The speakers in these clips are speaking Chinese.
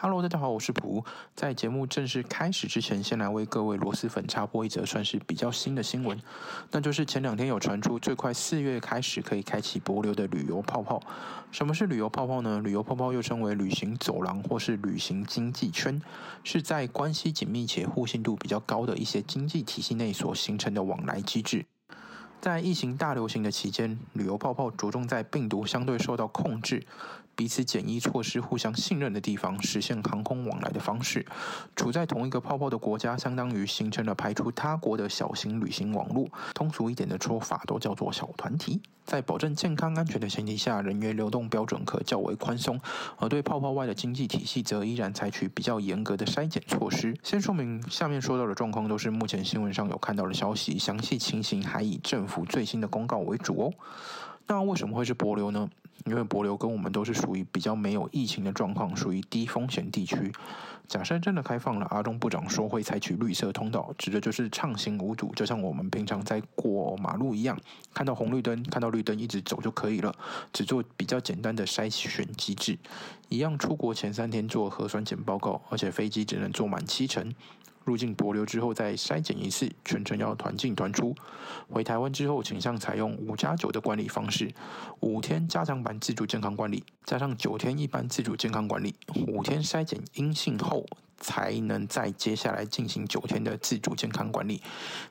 Hello，大家好，我是普。在节目正式开始之前，先来为各位螺蛳粉插播一则算是比较新的新闻，那就是前两天有传出，最快四月开始可以开启博流的旅游泡泡。什么是旅游泡泡呢？旅游泡泡又称为旅行走廊或是旅行经济圈，是在关系紧密且互信度比较高的一些经济体系内所形成的往来机制。在疫情大流行的期间，旅游泡泡着重在病毒相对受到控制、彼此检疫措施互相信任的地方，实现航空往来的方式。处在同一个泡泡的国家，相当于形成了排除他国的小型旅行网络。通俗一点的说法，都叫做小团体。在保证健康安全的前提下，人员流动标准可较为宽松，而对泡泡外的经济体系则依然采取比较严格的筛检措施。先说明下面说到的状况都是目前新闻上有看到的消息，详细情形还以政府最新的公告为主哦。那为什么会是博流呢？因为博流跟我们都是属于比较没有疫情的状况，属于低风险地区。假设真的开放了，阿中部长说会采取绿色通道，指的就是畅行无阻，就像我们平常在过马路一样，看到红绿灯，看到绿灯一直走就可以了，只做比较简单的筛选机制。一样，出国前三天做核酸检报告，而且飞机只能坐满七成。入境博流之后再筛检一次，全程要团进团出。回台湾之后，倾向采用五加九的管理方式，五天加强版自主健康管理，加上九天一般自主健康管理，五天筛检阴性后。才能在接下来进行九天的自主健康管理。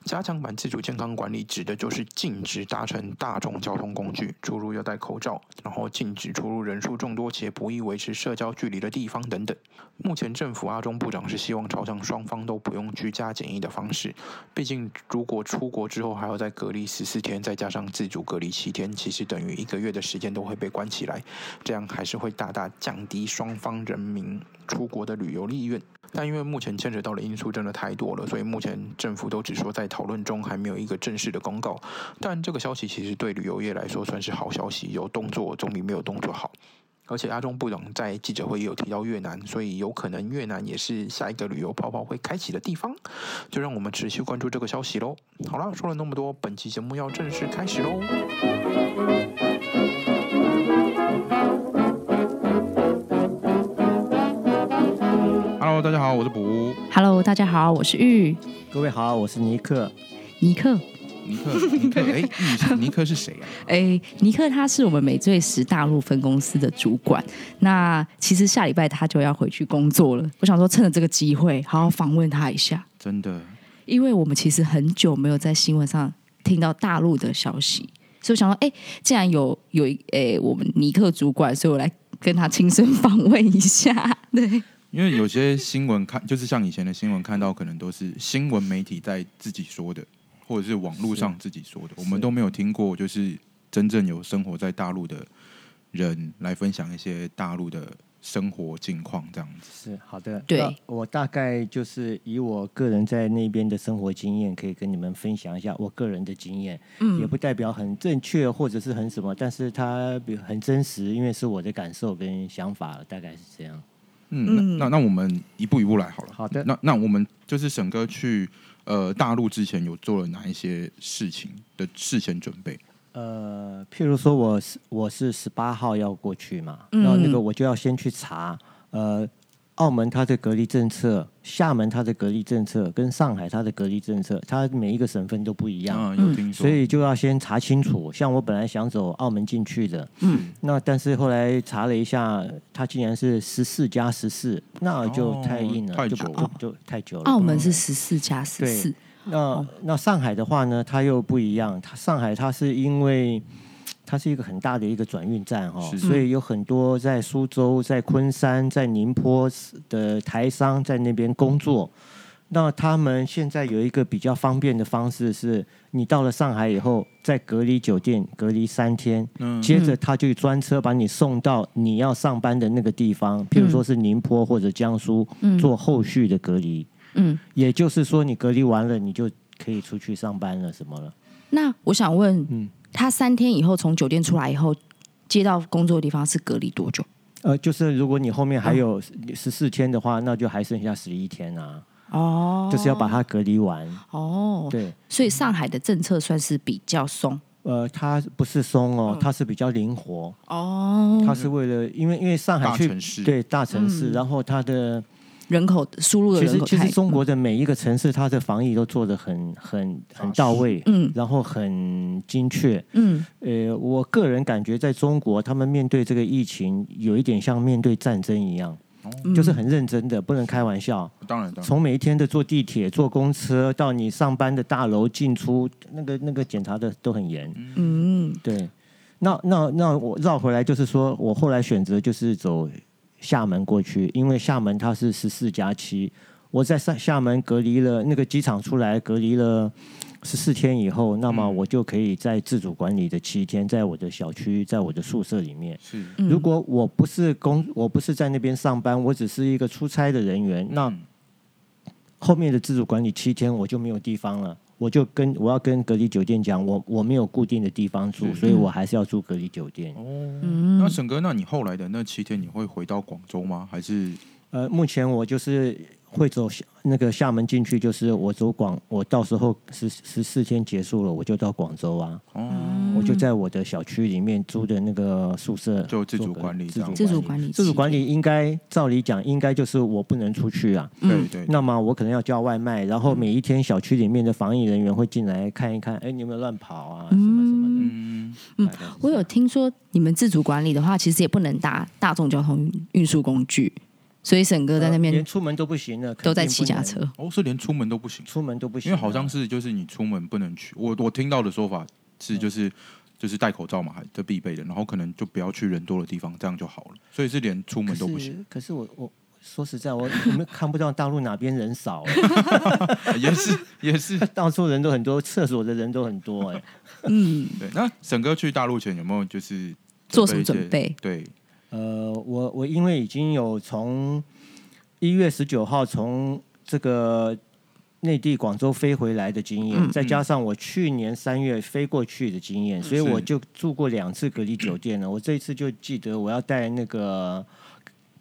加强版自主健康管理指的就是禁止搭乘大众交通工具，出入要戴口罩，然后禁止出入人数众多且不易维持社交距离的地方等等。目前政府阿中部长是希望朝向双方都不用居家检疫的方式，毕竟如果出国之后还要再隔离十四天，再加上自主隔离七天，其实等于一个月的时间都会被关起来，这样还是会大大降低双方人民出国的旅游意愿。但因为目前牵扯到的因素真的太多了，所以目前政府都只说在讨论中，还没有一个正式的公告。但这个消息其实对旅游业来说算是好消息，有动作总比没有动作好。而且阿中部长在记者会也有提到越南，所以有可能越南也是下一个旅游泡泡会开启的地方，就让我们持续关注这个消息喽。好啦，说了那么多，本期节目要正式开始喽。Hello，大家好，我是卜 Hello，大家好，我是玉各位好，我是尼克。尼克。尼 克，尼克，哎，你是尼克是谁啊？诶，尼克他是我们美醉时大陆分公司的主管。那其实下礼拜他就要回去工作了，我想说趁着这个机会好好访问他一下，真的，因为我们其实很久没有在新闻上听到大陆的消息，所以我想说，诶，既然有有诶我们尼克主管，所以我来跟他亲身访问一下。对，因为有些新闻看， 就是像以前的新闻看到，可能都是新闻媒体在自己说的，或者是网络上自己说的，我们都没有听过，就是真正有生活在大陆的人来分享一些大陆的生活近况这样子。是好的，对那我大概就是以我个人在那边的生活经验，可以跟你们分享一下我个人的经验，也不代表很正确或者是很什么，但是它比很真实，因为是我的感受跟想法，大概是这样。嗯，嗯那那那我们一步一步来好了。好的那那我们就是沈哥去呃大陆之前有做了哪一些事情的事前准备？呃，譬如说我是我是十八号要过去嘛，嗯然后那个我就要先去查，呃，澳门它的隔离政策、厦门它的隔离政策跟上海它的隔离政策，它每一个省份都不一样。啊，有听说，嗯所以就要先查清嗯楚。像我本来想走澳门进去的，嗯，那但是后来查了一下，它竟然是十四加十四，那就哦太硬了，太就久了就就太久了。 澳门是十四加十四对，那那上海的话呢，它又不一样。它上海它是因为它是一个很大的一个转运站哦，是所以有很多在苏州、在昆山、在宁波的台商在那边工作。嗯那他们现在有一个比较方便的方式是，你到了上海以后，在隔离酒店隔离三天，嗯接着他就专车把你送到你要上班的那个地方，譬嗯如说是宁波或者江苏，做后续的隔离。嗯。也就是说，你隔离完了，你就可以出去上班了，什么了？那我想问，嗯他三天以后从酒店出来以后，接到工作的地方是隔离多久？呃，就是如果你后面还有十四天的话，那就还剩下十一天啊，哦，就是要把它隔离完。哦，对，所以上海的政策算是比较松，呃，它不是松哦嗯，它是比较灵活，它哦，是为了因为因为上海大去城市对大城市，嗯然后它的人口输入的其人实口其太实中国的每一个城市，它的防疫都做得很很很到位，嗯然后很精确。嗯呃，我个人感觉在中国，他们面对这个疫情有一点像面对战争一样，嗯就是很认真的，不能开玩笑。当然当然，从每一天的坐地铁、坐公车到你上班的大楼进出，那个那个检查的都很严。嗯对，那那那我绕回来就是说，我后来选择就是走厦门过去，因为厦门它是十四加七，我在厦厦门隔离了那个机场出来隔离了十四天以后，那嗯么我就可以在自主管理的七天，在我的小区，在我的宿舍里面。是嗯如果我不是工，我不是在那边上班，我只是一个出差的人员，那嗯后面的自主管理七天我就没有地方了，我就跟我要跟隔离酒店讲，我我没有固定的地方住，是所以我还是要住隔离酒店。哦。那嗯沈哥，那你后来的那七天，你会回到广州吗？还是呃，目前我就是会走厦那个厦门进去，就是我走广，我到时候十十四天结束了，我就到广州啊，哦，嗯我就在我的小区里面租的那个宿舍就自主做隔管理自这样嗯主自主管理自主管器理应该照理讲，应该就是我不能出去啊。嗯对对，那么我可能要叫外卖，然后每一天小区里面的防疫人员会进来看一看，哎，你有没有乱跑啊，什么什么的。嗯，嗯大概是我有听说你们自主管理的话，其实也不能搭大众交通运输工具，所以沈哥在那呃连边出门都不行了，都在肯定骑不能脚，车。哦，是连出门都不行，出门都不行因了，为好像是就是你出门不能去。我我听到的说法嗯是就是。就是戴口罩嘛，还这必备的，然后可能就不要去人多的地方，这样就好了。所以是连出门都不行，可是。可是我我说实在，我我们看不到大陆哪边人少， 也是也是到处人都很多，厕所的人都很多，哎，嗯，对。那沈哥去大陆前有没有就是 做什么准准备？对，呃，我我因为已经有从一月十九号从这个内地广州飞回来的经验，嗯再加上我去年三月飞过去的经验，所以嗯是我就住过两次隔离酒店了。我这一次就记得我要带那个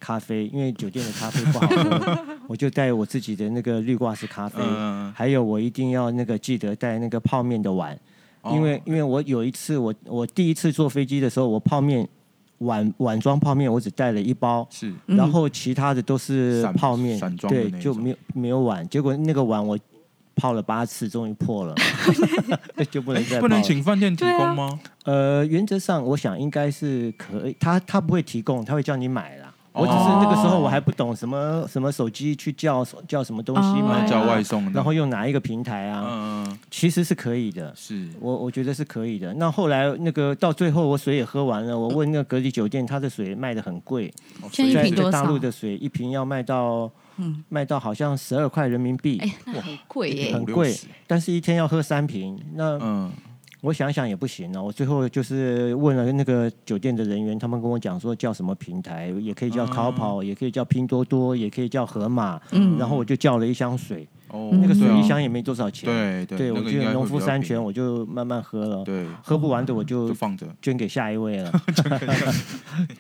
咖啡，因为酒店的咖啡不好 喝，我就带我自己的那个绿挂式咖啡。嗯还有，我一定要那个记得带那个泡面的碗，哦因为因为我有一次我我第一次坐飞机的时候，我泡面碗碗装泡面我只带了一包，是嗯然后其他的都是散泡面，散装的对那，一就种没有没有碗。结果那个碗我泡了八次，终于 破了，就不能再哎泡不了能请饭店提供吗？呃，原则上我想应该是可以，他他不会提供，他会叫你买啦。哦我只是那个时候我还不懂什么什么手机去叫叫什么东西哦买、啊那叫外，送的，然后用哪一个平台嗯啊？嗯嗯其实是可以的。是我我觉得是可以的。那后来那个到最后，我水也喝完了。我问那个隔离酒店，它的水卖的很贵，哦现在一在瓶在多大少陆的水一瓶要卖到嗯卖到好像十二块人民币，哎，那很贵耶、很五六贵十。但是一天要喝三瓶，那嗯，我想想也不行啊。我最后就是问了那个酒店的人员，他们跟我讲说叫什么平台，也可以叫嗯烤跑，也可以叫拼多多，也可以叫盒马。嗯然后我就叫了一箱水，哦，那个对水啊一箱也没多少钱。对对对，那我个就应该会农比夫较山便宜泉，我就慢慢喝了。对，喝不完的我就就放着。捐给下一位了。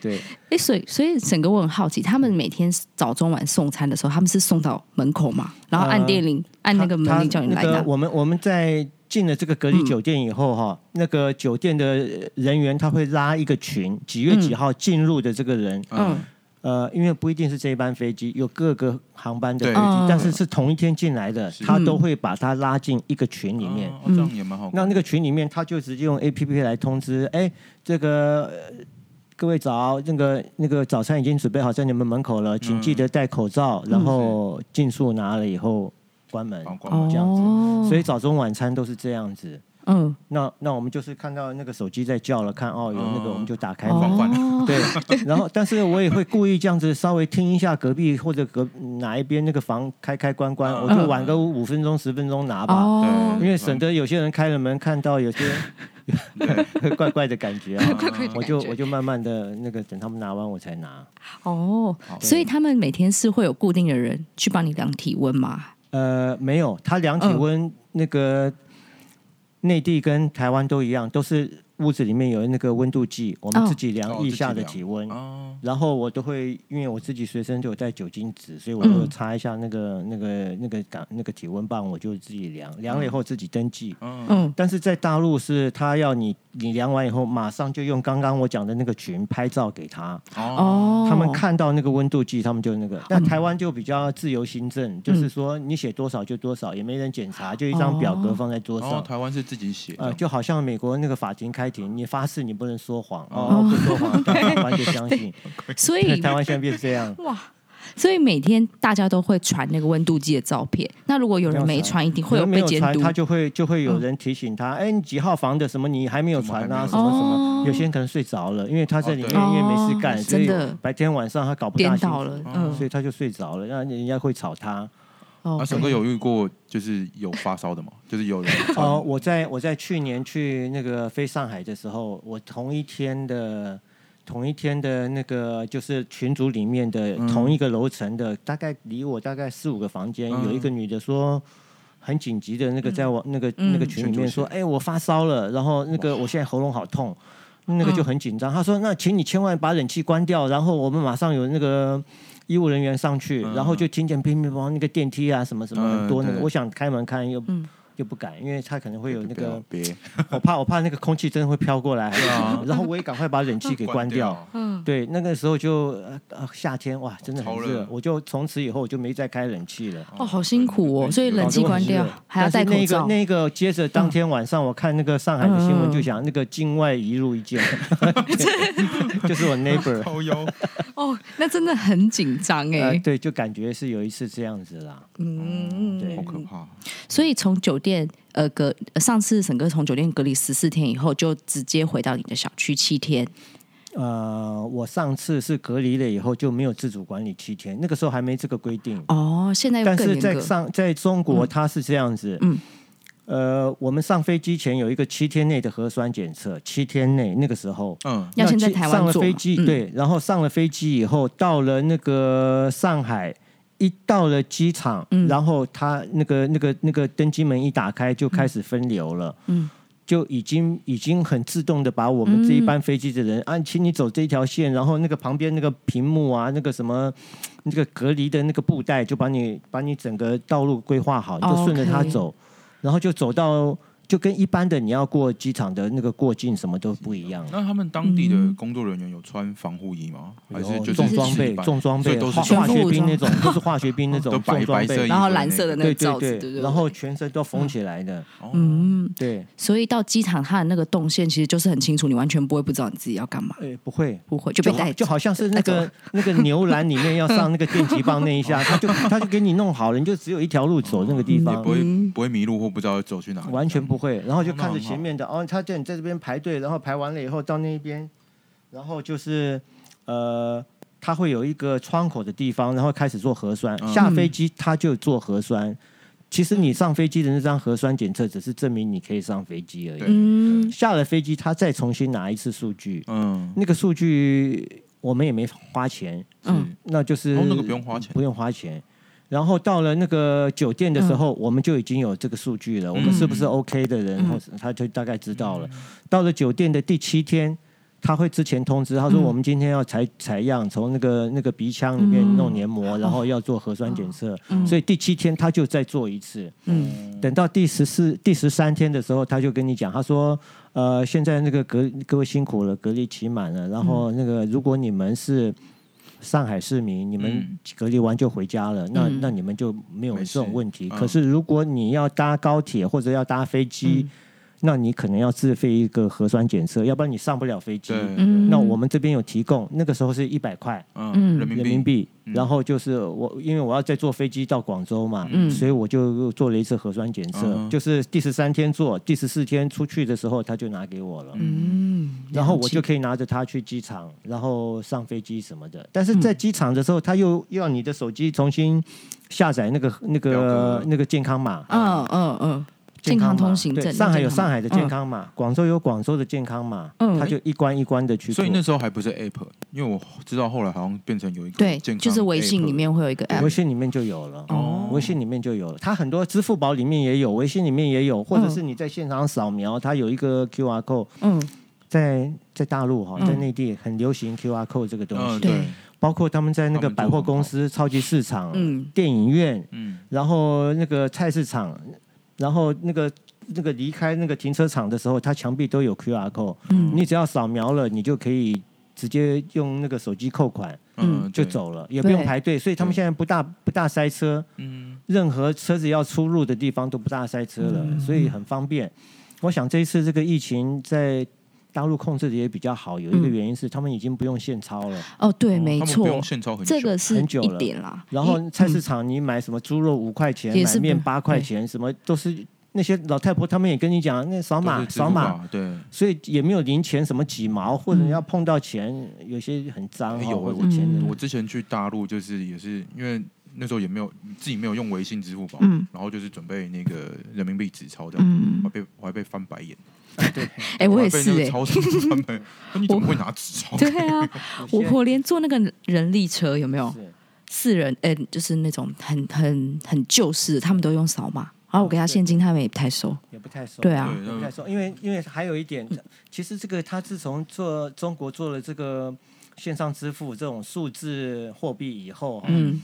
对，哎，所以所以整个我很好奇，他们每天早中晚送餐的时候，他们是送到门口嘛？然后按电铃， 按那个门呃他铃叫你那来个拿。我们我们在进了这个隔离嗯酒店以后哈，那个酒店的人员他会拉一个群，几月几号进入的这个人，嗯，呃，因为不一定是这一班飞机，有各个航班的对飞机嗯，但是是同一天进来的是，他都会把他拉进一个群里面。嗯哦这样也蛮好。那那个群里面，他就直接用 A P P 来通知，哎，这个呃各位早，那个那个早餐已经准备好在你们门口了，请记得戴口罩，然后进宿拿了以后关门。帮光哦，嘛这样子所以早中晚餐都是这样子。嗯，那那我们就是看到那个手机在叫了，看哦有那个嗯我们就打开嘛。放饭哦，对，然后但是我也会故意这样子稍微听一下隔壁或者隔嗯哪一边那个房开开关关，我就晚个五分钟十分钟拿吧。哦，因为省得有些人开了门看到有些 怪怪的感觉啊， 怪怪的感觉我就我就慢慢的那个等他们拿完我才拿。哦，所以他们每天是会有固定的人去帮你量体温吗？呃，没嗯有，他量体温那个内地跟台湾都一样，都是屋子里面有那个温度计，我们哦自己量哦腋自己下的量体温。哦，然后我都会，因为我自己随身都有带酒精纸，所以我就嗯擦一下那个、那个、那个感、那个体温棒，我就自己量，量了以后自己登记。嗯，嗯，但是在大陆是他要你，你量完以后马上就用刚刚我讲的那个群拍照给他，哦，哦，他们看到那个温度计，他们就那个。但台湾就比较自由行嗯政，就是说你写多少就多少，也没人检查，就一张表格哦放在桌然后上。台湾是自己写，啊呃，就好像美国那个法庭开庭，你发誓你不能说谎，哦哦，不说谎，但法官就相 信。所以台湾现在变这样，哇，所以每天大家都会传那个温度计的照片。那如果有人没传，一定会有没被有监传，督。他就会就会有人提醒他，哎、你几号房的什么你还没有传啊，什怎么么还没有什么哦，有些人可能睡着了，因为他在里面哦因为没事干，哦所真以的白天晚上他搞不大颠清倒楚了，嗯所嗯，以他就睡着了，那人家会吵他。哦啊，沈嗯哥有遇过就是有发烧的嘛？就是有 人传哦，我在我在去年去那个飞上海的时候，我同一天的同一天的那个就是群组里面的嗯同一个楼层的，大概离我大概四五个房间，嗯有一个女的说。很紧急的那个，在我那个嗯那个群里面说，群哎，我发烧了，然后那个我现在喉咙好痛，那嗯个就很紧张。他说，那请你千万把冷气关掉，然后我们马上有那个医务人员上去，嗯然后就听见乒乒乓乓那个电梯啊什么什么很多嗯那个，对我想开门看又嗯又不敢，因为他可能会有那不要个，别 我怕我怕那个空气真的会飘过来，啊 然后我也赶快把冷气给关 掉。，嗯，对，那个时候就呃呃夏天哇，真的很超热热，我就从此以后我就没再开冷气了。哦，好辛苦哦，所以冷搞气得我关很掉热，还要戴口罩但是。那个那个，接着当天晚上我看那个上海的新嗯闻，就想那个境外一路 一件，对就是我 neighbor，超腰，哦，那真的很紧张呃，哎。对，就感觉是有一次这样子啦。嗯，对好可怕。啊所以从酒店呃隔呃上次沈哥从酒店隔离十四天以后，就直接回到你的小区七天。呃，我上次是隔离了以后就没有自主管理七天，那个时候还没这个规定。哦，现在又但更是严在格。上在中国，它是这样子。嗯呃，我们上飞机前有一个七天内的核酸检测，七天内那个时候嗯，要先那在去台湾上了做飞嘛机，嗯对，然后上了飞机以后，到了那个上海，一到了机场，嗯然后他那个那个那个登机门一打开就开始分流了，嗯就已经已经很自动的把我们这一班飞机的人、嗯啊，请你走这一条线，然后那个旁边那个屏幕啊，那个什么那个隔离的那个布袋，就把你把你整个道路规划好，你就顺着它哦 OK 走，然后就走到。就跟一般的你要过机场的那个过境什么都不一样，那他们当地的工作人员有穿防护衣吗？还是就是嗯哦重装一备、般重装所备以都是化全化副学兵武那种装，都是化学兵那 种都白重装白色备衣，然后蓝色的那对个对罩子，对不对，对？然后全身都缝起来的，哦，嗯，对，所以到机场它的那个动线其实就是很清楚，你完全不会不知道你自己要干嘛，哎，不会。不会就被好带就好像是那个那个牛栏里面要上那个电击棒那一 下，他就他就给你弄好了，你就只有一条路走那个地方嗯不，嗯会不会迷路或不知道走去哪里，完全不会。然后就哦那看着很好前面的，哦，他叫你在这边排队，然后排完了以后到那一边，然后就是呃，他会有一个窗口的地方，然后开始做核酸。嗯下飞机他就做核酸。其实你上飞机的那张核酸检测只是证明你可以上飞机而对已。嗯，下了飞机，他再重新拿一次数据，嗯，那个数据我们也没花钱，嗯嗯，那就是、嗯哦，那个不用花钱不，用花钱。然后到了那个酒店的时嗯候，我们就已经有这个数据了，我们是不是 OK 的人，嗯或者他就大概知道了。到了酒店的第七天，他会之前通知，他说嗯我们今天要采采样，从那个那个鼻腔里面嗯弄黏膜，然后要做核酸检测，嗯所以第七天他就再做一次。嗯等到第十四、第十三天的时候，他就跟你讲，他说：“呃，现在那个隔各位辛苦了，隔离期满了。然后那个，如果你们是上海市民，你们嗯隔离完就回家了，那嗯那你们就没有没这事种问题。嗯可是如果你要搭高铁或者要搭飞机，嗯那你可能要自费一个核酸检测，要不然你上不了飞机。对，嗯那我们这边有提供，那个时候是一百块。”嗯，人人民民币，币，嗯然后就是我，因为我要再坐飞机到广州嘛，嗯所以我就做了一次核酸检测，嗯哼就是第十三天做，第十四天出去的时候他就拿给我了，嗯，然后我了解就可以拿着它去机场，然后上飞机什么嗯的。但是在机场的时候，他又又要你的手机重新下载那个那表个格啊那个健康码，嗯嗯嗯，健康码通行对证，上海有健康码上海的健，康嗯码，广州有广州的健康码，嗯他就一关一关的去做。所以那时候还不是 App，因为我知道后来好像变成有一嗯个对，健康就是微信 app 里面会有一个对 app，微信里面就有了。哦微信里面就有了，它很多支付嗯宝里面也有，微信里面也有，或者是你在现场扫描，它有一个 QR code，嗯，在在大陆哈，嗯在内地很流行 QR code 这个东嗯，西，对对，包括他们在那他个们做百货很公好司、超级市场、嗯电影院，嗯，然后那个菜市场，然后那个那个离开那个停车场的时候，它墙壁都有 QR code，嗯你只要扫描了，你就可以直接用那个手机扣款嗯嗯，就对，走了，也不用对排队，所以他们对现在不大不大塞车，嗯，任何车子要出入的地方都不大塞车了，所以很方便。我想这一次这个疫情在大陆控制的也比较好，有一个嗯原因是他们已经不用现钞了。哦，对，哦没他们不错用，现钞很久这个是很久一了点啦。然后一菜市嗯场你买什么猪肉五块钱也，买是面不八块钱，什么都是那些老太婆他们也跟你讲，那扫都码是支付扫啊码，宝，对，所以也没有零钱什么几毛，或者嗯要碰到钱，有些很脏哎哦有或者我钱嗯的我之前去大陆就是也是因为那时候也没有自己没有用微信支付宝，嗯然后就是准备那个人民币纸钞这样，嗯我还，被我还被翻白眼，哎，我也还被是那哎个，超市翻白眼，说你怎么会拿纸 钞？对啊，我现在我连坐那个人力车有没有是四人？哎，就是那种很很很旧式的，他们都用扫码。然后我给他啊对现金，他们也不太收。也不太熟。对啊，嗯对也不太熟，因为因为还有一点，其实这个他自从做中国做了这个线上支付这种数字货币以后，嗯，嗯，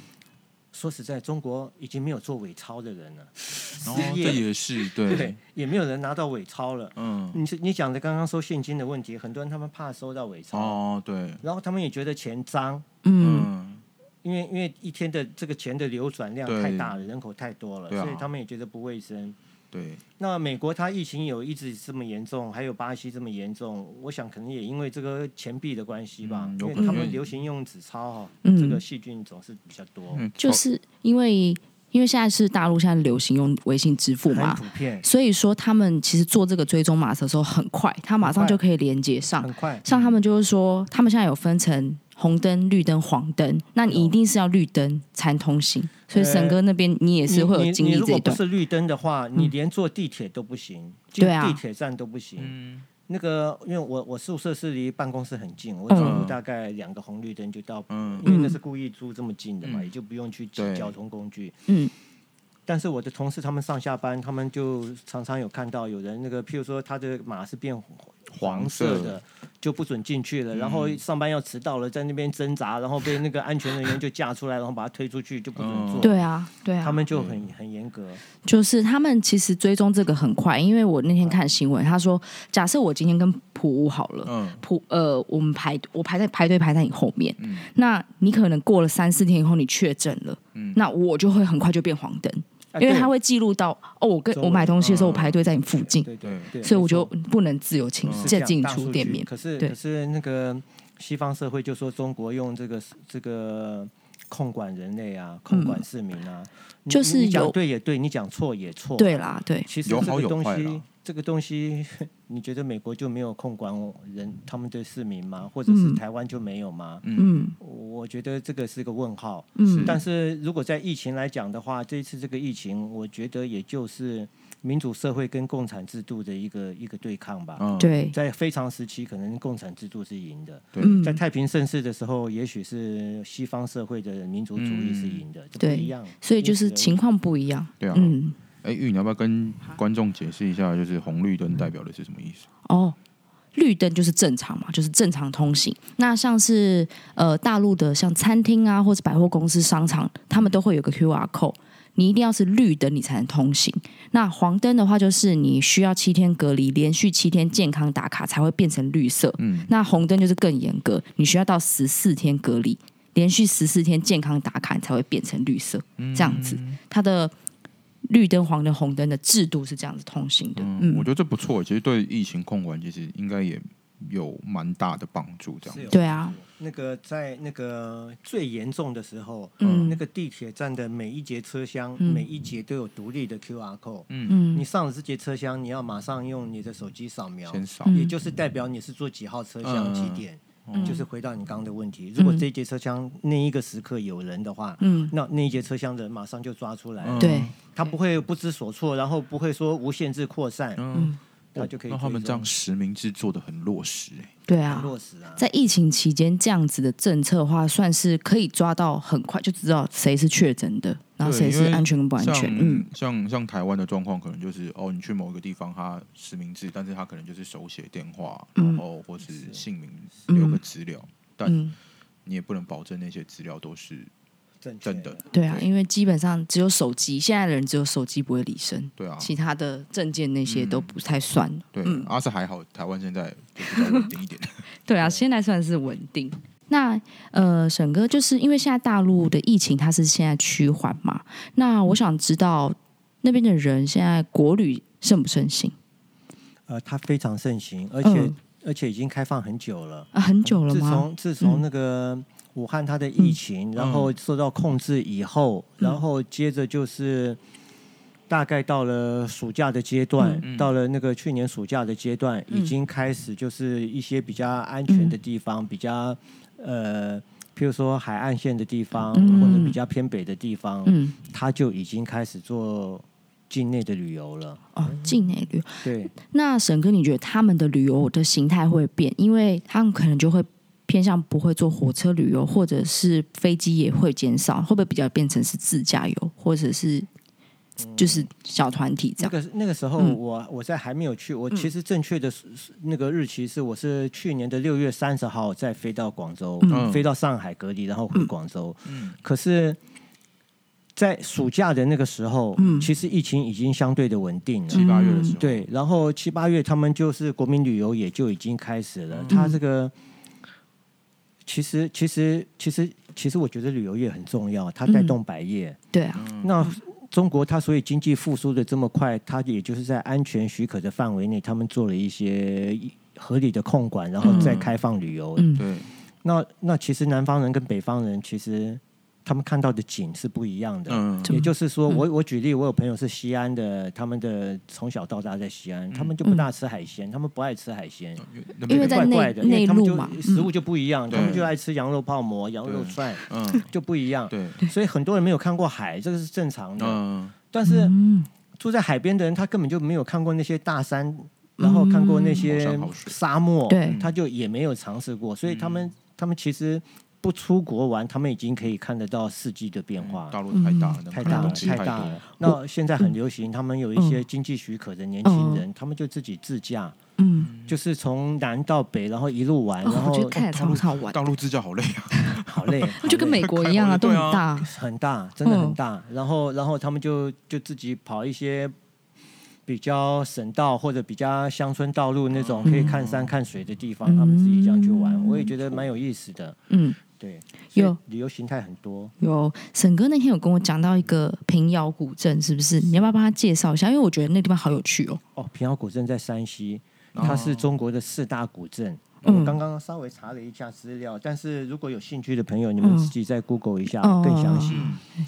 说实在，中国已经没有做伪钞的人了，失然后哦这业也是对对，，也没有人拿到伪钞了。嗯，你是你讲的刚刚收现金的问题，很多人他们怕收到伪钞，哦，对，然后他们也觉得钱脏，嗯，嗯，因为因为一天的这个钱的流转量对太大了，人口太多了，对啊所以他们也觉得不卫生。对，那美国它疫情有一直这么严重，还有巴西这么严重，我想可能也因为这个钱币的关系吧，嗯因有为可能他们流行用纸钞哈，嗯这个细菌总是比较多，嗯就是因为因为现在是大陆现在流行用微信支付嘛很，普遍，所以说他们其实做这个追踪码的时候很快，他马上很快就可以连接上很。快。像他们就是说，他们现在有分成红灯、绿灯、黄灯，那哦你一定是要绿灯才通行。所以沈哥那边你也是会有你经你历你如这果一不段，嗯是绿灯的话，你连坐地铁都不行，进对啊地铁站都不行。嗯，那个，因为我我宿舍是离办公室很近，我嗯走路大概两个红绿灯就到，嗯因为那是故意租这么近的嘛，嗯也就不用去挤对交通工具。嗯但是我的同事他们上下班，他们就常常有看到有人那个，譬如说他的马是变黄色嗯的，就不准进去了。然后上班要迟到了，在那边挣扎，然后被那个安全人员就架出来，然后把他推出去，就不准坐。嗯对啊，对啊，他们就很很严格。就是他们其实追踪这个很快，因为我嗯那天看新闻，他说，假设我今天跟普屋好了，嗯，普呃，我们排我排在排队排在你后面，嗯那你可能过了三四天以后你确诊了，嗯那我就会很快就变黄灯，啊因为对他会记录到哦，我跟周围我买东西的时嗯候我排队在你附近，对对对，所以我没错就不能自由进嗯是进这样进大出数店据面。可是对可是那个西方社会就说中国用这个这个控管人类啊，控管市民啊，嗯你就是你讲有对也对，你讲错也错。对，啦，对，其实有这好个有东坏西啦，这个东西， 你觉得美国就没有控管人他们对市民吗？或者是嗯台湾就没有吗？嗯我觉得这个是个问号。嗯，但是如果在疫情来讲的话，这一次这个疫情，我觉得也就是民主社会跟共产制度的一个一个对抗吧。嗯，对，在非常时期，可能共产制度是赢的；对嗯在太平盛世的时候，也许是西方社会的民族主义是赢的，这嗯对不一样。所以就是因此情况不一样。对啊，嗯，哎，玉，你要不要跟观众解释一下，就是红绿灯代表的是什么意思？哦，绿灯就是正常嘛，就是正常通行。那像是呃大陆的像餐厅啊，或者百货公司、商场，他们都会有个 QR code。你一定要是绿灯，你才能通行。那黄灯的话，就是你需要七天隔离，连续七天健康打卡才会变成绿色。嗯，那红灯就是更严格，你需要到十四天隔离，连续十四天健康打卡你才会变成绿色。嗯嗯这样子，它的绿灯、黄灯、红灯的制度是这样子通行的。嗯，嗯，我觉得这不错，其实对疫情控管其实应该也有蛮大的帮助，这样是有子。对啊，那个在那个最严重的时候，嗯那个地铁站的每一节车厢、嗯每一节都有独立的 QR code。嗯你上了这节车厢，你要马上用你的手机扫描，先扫，嗯也就是代表你是坐几号车厢、嗯几点。嗯就是回到你刚刚的问题，如果这一节车厢那一个时刻有人的话，嗯那那一节车厢的人马上就抓出来，嗯对，他不会不知所措，然后不会说无限制扩散，嗯，他就可以那他们这追踪样实名制做的很落实，哎，对啊，落实啊。在疫情啊期间这样子的政策的话，算是可以抓到很快就知道谁是确诊的，然后谁是安全跟不安全，嗯，像像像台湾的状况，可能就是哦，你去某一个地方，它实名制，但是它可能就是手写电话，嗯然后或是姓名留个资料，但嗯，你也不能保证那些资料都是正确真的，对啊，因为基本上只有手机，现在的人只有手机不会离身，对啊，其他的证件那些都不太算。对嗯，阿是还好，台湾现在就比较稳定一 点，对啊，现在算是稳定。那呃，沈哥，就是因为现在大陆的疫情它是现在趋缓嘛，那我想知道那边的人现在国旅盛不盛行呃，它非常盛行，而且、嗯而且已经开放很久了。啊？很久了自吗？嗯从自从那个武汉它的疫情，然后受到控制以后，然后接着就是大概到了暑假的阶段，嗯到了那个去年暑假的阶段，嗯已经开始就是一些比较安全的地嗯方，比较呃，譬如说海岸线的地方，嗯或者比较偏北的地方，嗯，它就已经开始做境内的旅游了。哦，境内旅游。对，那沈哥，你觉得他们的旅游的形态会变？因为他们可能就会偏向不会坐火车旅游，或者是飞机也会减少，会不会比较变成是自驾游，或者是就是小团体这那样？个那个时候嗯我，我在还没有去，我其实正确的是是那个日期是我是去年的六月三十号再飞到广州，嗯飞到上海隔离，然后回广州。嗯可是，在暑假的那个时候，嗯其实疫情已经相对的稳定 了。七八月的时候，嗯对，然后七八月他们就是国民旅游也就已经开始了。他这个其实其实其实其实我觉得旅游业很重要，它带嗯动百业。对啊，那中国它所以经济复苏的这么快，它也就是在安全许可的范围内，他们做了一些合理的控管，然后再开放旅游。嗯，对，那那其实南方人跟北方人其实他们看到的景是不一样的。嗯就也就是说，我我举例，我有朋友是西安的，他们的从小到大在西嗯安，他们就不大吃海鲜，他们不爱吃海鲜，那因为边在怪内怪的，因为他们内陆嘛就嗯食物就不一样，他们对就爱吃羊肉泡馍、羊肉对串 嗯就不一样。对所以很多人没有看过海，这个是正常的。嗯但是嗯住在海边的人，他根本就没有看过那些大山，然后看过那好些嗯山好水沙漠，对嗯他就也没有尝试过，所以他们、他们其实不出国玩，他们已经可以看得到四季的变化。大陆太大了，嗯太能看大了，东西太大多嗯了。那现在很流行，他们有一些经济许可的年轻人，他们就自己自驾，嗯，就是从南到北，然后一路玩，然哦，我后觉得看起来超好玩，大陆自驾好累啊，好累，好就跟累美国一样啊，开都会很对啊大，很大，真的很嗯大。然后，然后他们就就自己跑一些比较省道或者比较乡村道路那种可以看嗯山看水的地方，他们自己这样去玩，我也觉得蛮有意思的。嗯。对，有所以旅游形态很多。有沈哥那天有跟我讲到一个平遥古镇，是不是？你要不要帮他介绍一下？因为我觉得那个地方好有趣哦。哦，平遥古镇在山西，它是中国的四大古镇。嗯我刚刚稍微查了一下资料，但是如果有兴趣的朋友，你们嗯自己再 Google 一下，哦更详细。嗯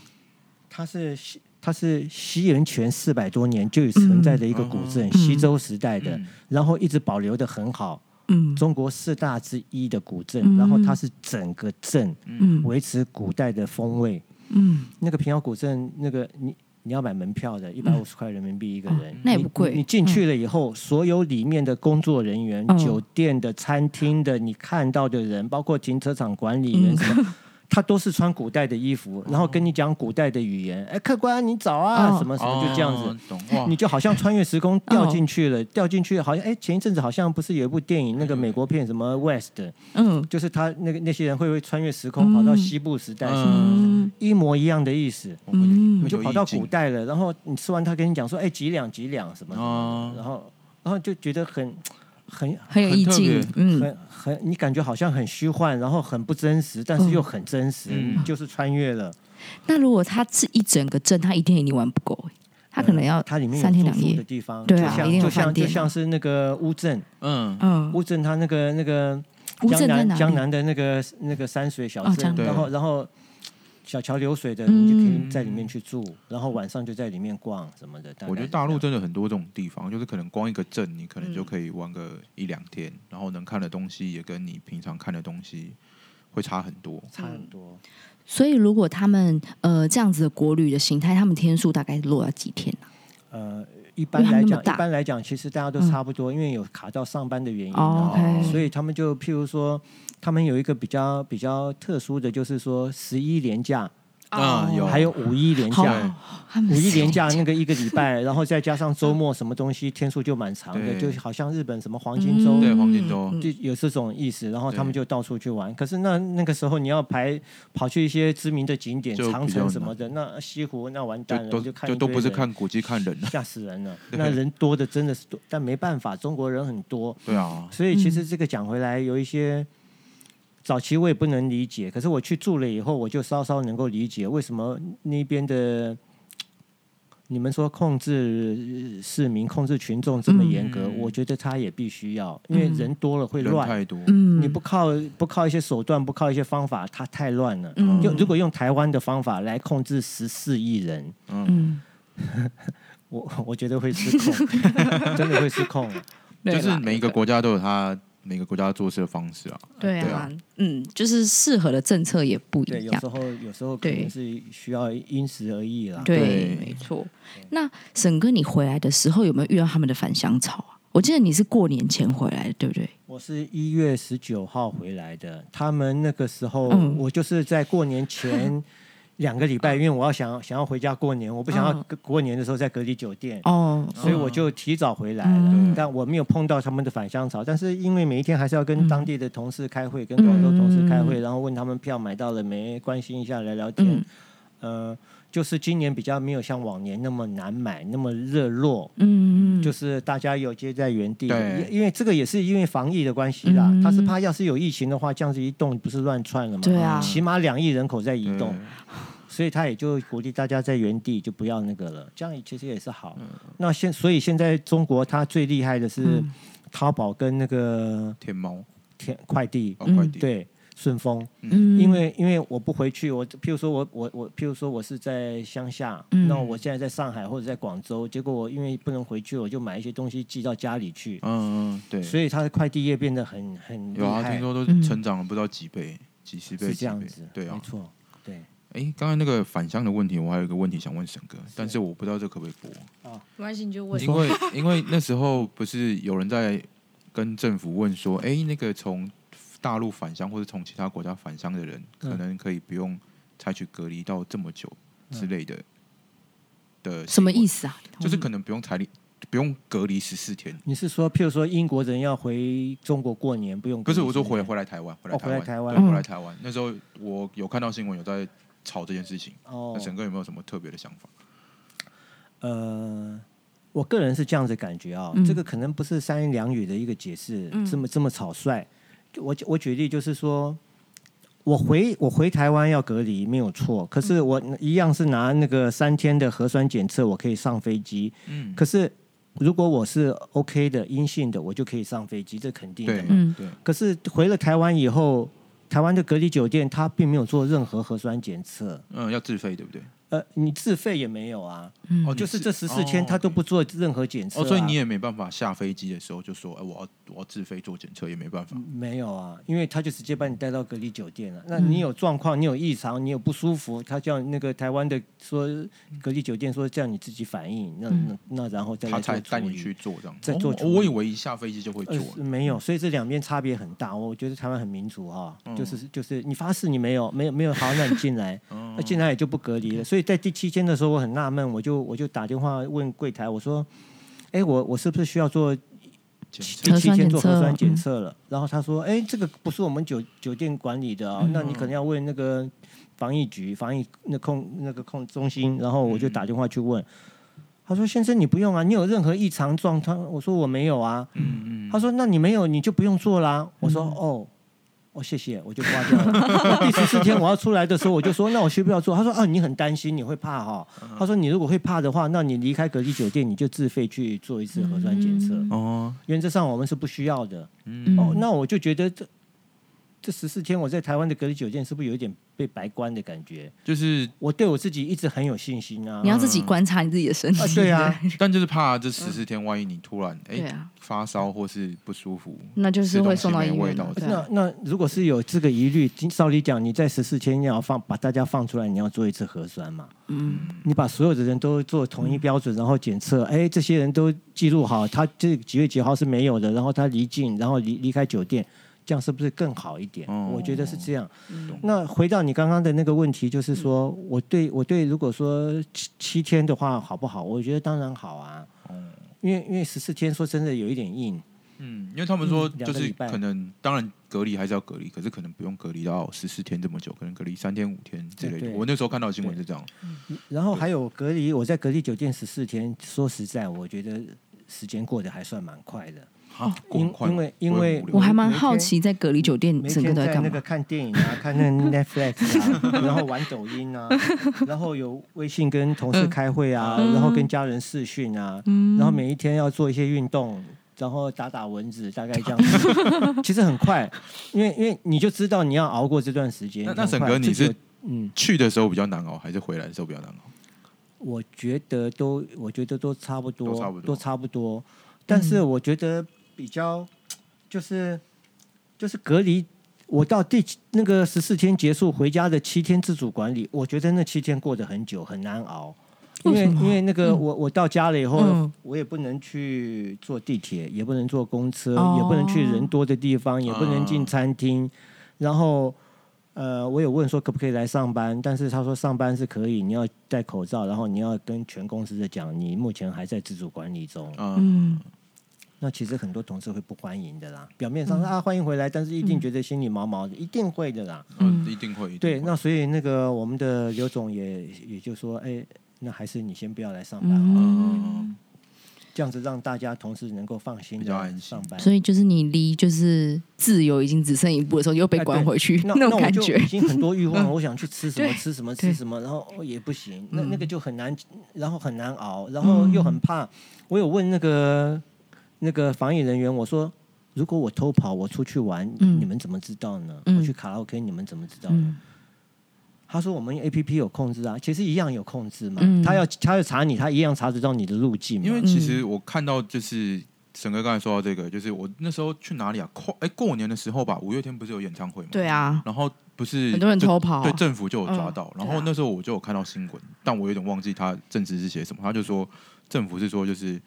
它是西它是西元前四百多年就已存在的一个古镇，西周时代的，嗯然后一直保留的很好，嗯中国四大之一的古镇，嗯然后它是整个镇嗯维持古代的风味。嗯，那个平遥古镇，那个你你要买门票的，一百五十块人民币一个人，哦那也不贵你你你进去了以后，所有里面的工作人员、嗯酒店的、餐厅的，你看到的人，包括停车场管理员嗯什 么。他都是穿古代的衣服，然后跟你讲古代的语言。哎，客官你早啊，哦什么什么，就这样子。，懂哇你？就好像穿越时空掉进去了，掉进去好像哎，前一阵子好像不是有一部电影，那个美国片什么 West，嗯就是他那个那些人会不会穿越时空跑到西部时代什么，嗯一模一样的意思。嗯你就跑到古代了，然后你吃完他跟你讲说，哎，几两几两什么什么哦的，然后然后就觉得很很很有意境很特，嗯很很，你感觉好像很虚幻，然后很不真实，但是又很真实，嗯你就是穿越了。那如果它是一整个镇，它一天一定玩不够，它可能要呃它里面三天有两住宿的夜。地方，对啊就一定有像就饭像店就啊像是那个乌镇，嗯嗯，乌镇它那个那个乌江镇在南哪江里？南的那个那个山水小哦镇，江嗯南然后然后小桥流水的，你就可以在里面去住，然后晚上就在里面逛什么的。概我觉得是大这陆样真的很多这种地方，就是可能光一个镇，你可能就嗯可以玩个一两天，然后能看的东西也跟你平常看的东西会差很多。差很多，所以如果他们呃这样子的国旅的形态，他们天数大概落到几天啊？呃。一般因为它来那么讲，一大嗯般来讲，其实大家都差不多，因为有卡到上班的原因，啊哦，OK 嗯所以他们就譬如说，他们有一个比较比较特殊的，就是说十一连假，啊有哦还有五一连好嗯假，，他们五一连谁假那个一个礼拜，然后再加上周末什么东西天数就蛮长的，对就好像日本什么黄嗯金周。对黄金周就有这种意思，然后对他们就到处去玩。可是那那个时候你要排跑去一些知名的景点，就比较长城什么的，那西湖那完蛋就了，都你看就都不是一堆人看古迹看 人了，吓死人了。 对那人多的真的是多，但没办法，中国人很多，对啊，所以其实这个讲回来，有一些早期我也不能理解，可是我去住了以后，我就稍稍能够理解为什么那边的。你们说控制市民、控制群众这么严格，嗯我觉得他也必须要，因为人多了会人乱。太多，嗯，你不靠不靠一些手段，不靠一些方法，他太乱了。嗯就如果用台湾的方法来控制十四亿人，嗯，嗯，我我觉得会失 控，真的会失控。对就啦是每一个国家都有它每个国家做事的方式啊，对对啊啊，嗯，就是适合的政策也不 对，一有样时。候有时候可对能是需要因时而异啦。对对，没错。那沈哥，你回来的时候有没有遇到他们的返乡潮啊？我记得你是过年前回来的，对不对？我是一月十九号回来的，他们那个时候、嗯我就是在过年前两个 礼拜，因为我要想想要回家过年，我不想要嗯隔过年的时候在隔离酒店。哦，所嗯以我就提早回来了，嗯但我没有碰到他们的返乡潮。但是因为每一天还是要跟当地的同事开会，跟嗯广州同事开会，然后问他们票买到了没，关心一下聊聊天。嗯呃，就是今年比较没有像往年那么难买，那么热络，嗯，就是是大家有接在原地。对因因为这个也是因为防疫的关系啦，嗯他是怕要是有疫情的话，这样子一动不是乱窜了吗？对啊，起码两亿人口在移对动，所以他也就鼓励大家在原地就不要那个了，这样其实也是好。嗯那现所以现在中国它最厉害的是嗯淘宝跟那个天猫天快递，哦嗯快递，对顺丰，嗯，因为因为我不回去，我譬如说我我我譬如说我是在乡下，嗯那我现在在上海或者在广州，结果我因为不能回去，我就买一些东西寄到家里去，嗯嗯对，所以它的快递业变得很很厉有啊，害，听说都嗯成长了不知道几倍、几十倍、是几这样倍子，，对啊没。错，对。哎，刚才那个返乡的问题，我还有一个问题想问沈哥，但是我不知道这可不可以播。没关系，你就因为因为那时候不是有人在跟政府问说，哎、那个从大陆返乡或者从其他国家返乡的人，嗯嗯可能可以不用采取隔离到这么久之类的、的什么意思？思啊？就是可能不用采离，不用隔离十四天。你是说，譬如说英国人要回中国过年，不用不隔离是，十我四说天？回回来台湾，回来哦台湾，回来台湾对，嗯回来台湾。那时候我有看到新闻有在吵这件事情，那哦，沈哥有没有什么特别的想法？呃，我个人是这样子感觉啊、嗯这个可能不是三言两语的一个解释，嗯这么这么草率。就我我举例就是说，我回我回台湾要隔离没有错，可是我嗯一样是拿那个三天的核酸检测，我可以上飞机。嗯，可是如果我是 OK 的阴性的，我就可以上飞机，这肯定的对嘛。嗯对，可是回了台湾以后，台湾的隔离酒店它并没有做任何核酸检测，嗯，要自费对不对？呃，你自费也没有啊，嗯哦，就是这十四哦天他都 OK 不做任何检测、啊哦，所以你也没办法下飞机的时候就说，哎、我要我要自费做检测，也没办法。没有啊，因为他就直接把你带到隔离酒店了。那你有状况，你有异常，你有不舒服，他叫那个台湾的说隔离酒店说叫你自己反应，那那那然后再他来才做带处你理去。做这样。再做哦处理我以为一下飞机就会做嗯呃，了。没有，所以这两边差别很大。我觉得台湾很民主哈、嗯就是就是你发誓你没有没有没有好，那你进来， 嗯那进来也就不隔离了。所以在第七天的时候，我很纳闷，我就我就打电话问柜台，我说：“哎，我我是不是需要做检测第七天做核酸核酸检检测了？”嗯然后他说：“哎，这个不是我们酒酒店管理的、哦，那你可能要问那个防疫局、防疫那控那个控中心。”然后我就嗯打电话去问。他说：“先生，你不用啊，你有任何异常状况？”我说：“我没有啊。”嗯嗯，嗯他说：“那你没有，你就不用做啦。”我说：“哦，哦，谢谢，我就挂掉了。” 第十四天我要出来的时候，我就说：“那我需不需要做？”他说：“啊，你很担心，你会怕哈、嗯他说：“你如果会怕的话，那你离开隔离酒店，你就自费去做一次核酸检测。哦，原则上我们是不需要的。嗯哦，那我就觉得这这十四天我在台湾的隔离酒店是不是有一点被白关的感觉？ 就是，我对我自己一直很有信心啊嗯你。要自己观察你自己的身体啊，，对啊，但就是怕这十四天，万一你突然哎、对啊，发烧或是不舒服，那就是会送到医吃东西没味院道了。对那啊那如果是有这个疑虑，经照理讲，你在十四天要放把大家放出来，你要做一次核酸嘛？嗯，你把所有的人都做同一标准，然后检测，哎，这些人都记录好，他这几月几号是没有的，然后他离境，然后离离开酒店，这样是不是更好一点？哦我觉得是这样。嗯那回到你刚刚的那个问题，就是说我对我对，如果说七七天的话好不好？我觉得当然好啊，哦，因为因为十四天说真的有一点硬，嗯，因为他们说就嗯两个是礼拜可能，当然隔离还是要隔离，可是可能不用隔离到十四天这么久，可能隔离三天五天之类对的。对我那时候看到的新闻是这样，然后还有隔离，我在隔离酒店十四天，说实在，我觉得时间过得还算蛮快的。啊，过很快吗，因为因不会为很无聊我还蛮每天好奇，在隔离酒店嗯每整个天都在干那嘛个？看电影啊，看那个 Netflix 啊，然后玩抖音啊，然后有微信跟同事开会啊，嗯然后跟家人视讯啊，然后每一天要做一些运动。然后打打蚊子，大概这样 子，其实很快，因为因为你就知道你要熬过这段时间。那那很沈快哥你这是个嗯，去的时候比较难熬，还是回来的时候比较难熬？我觉得都，我觉得都差不多，都差不多多但是嗯我觉得比较就是就是隔离，我到第七那个十四天结束回家的七天自主管理，我觉得那七天过得很久，很难熬。因为为什么因为那个我、我到家了以后，嗯我也不能去坐地铁，也不能坐公车，哦也不能去人多的地方，也不能啊进餐厅。然后呃，我有问说可不可以来上班，但是他说上班是可以，你要戴口罩，然后你要跟全公司的讲，你目前还在自主管理中。嗯，嗯，那其实很多同事会不欢迎的啦，表面嗯上说啊欢迎回来，但是一定觉得心里毛毛的，一定会的啦。嗯，一定会，一定对，会那所以那个我们的刘总也也就说，哎，那还是你先不要来上班好了。嗯嗯嗯哦嗯这样子让大家同事能够放心比较的安心上班。所以就是你离就是自由已经只剩一步的时候，又被哎关对回去 那种我感就觉嗯已。经很多欲 望了，我想去吃什么对吃什么对吃什么，然后哦也不行，那嗯那个就很难，然后很难熬，然后又很怕。我有问那个那个防疫人员，我说如果我偷跑，我出去玩，嗯你们怎么知道呢？嗯我去卡拉 OK，你们怎么知道呢？嗯他说我们 A P P 有控制啊，其实一样有控制嘛。嗯他要他要查你，他一样查得到你的路径嘛。因为其实我看到就是沈哥刚才说到这个，就是我那时候去哪里啊？跨哎过年的时候吧，五月天不是有演唱会吗？对啊，然后不是很多人就偷跑啊对政府就有抓到。嗯然后那时候我就有看到新闻，但我有点忘记他正式是写什么。他就说政府是说就是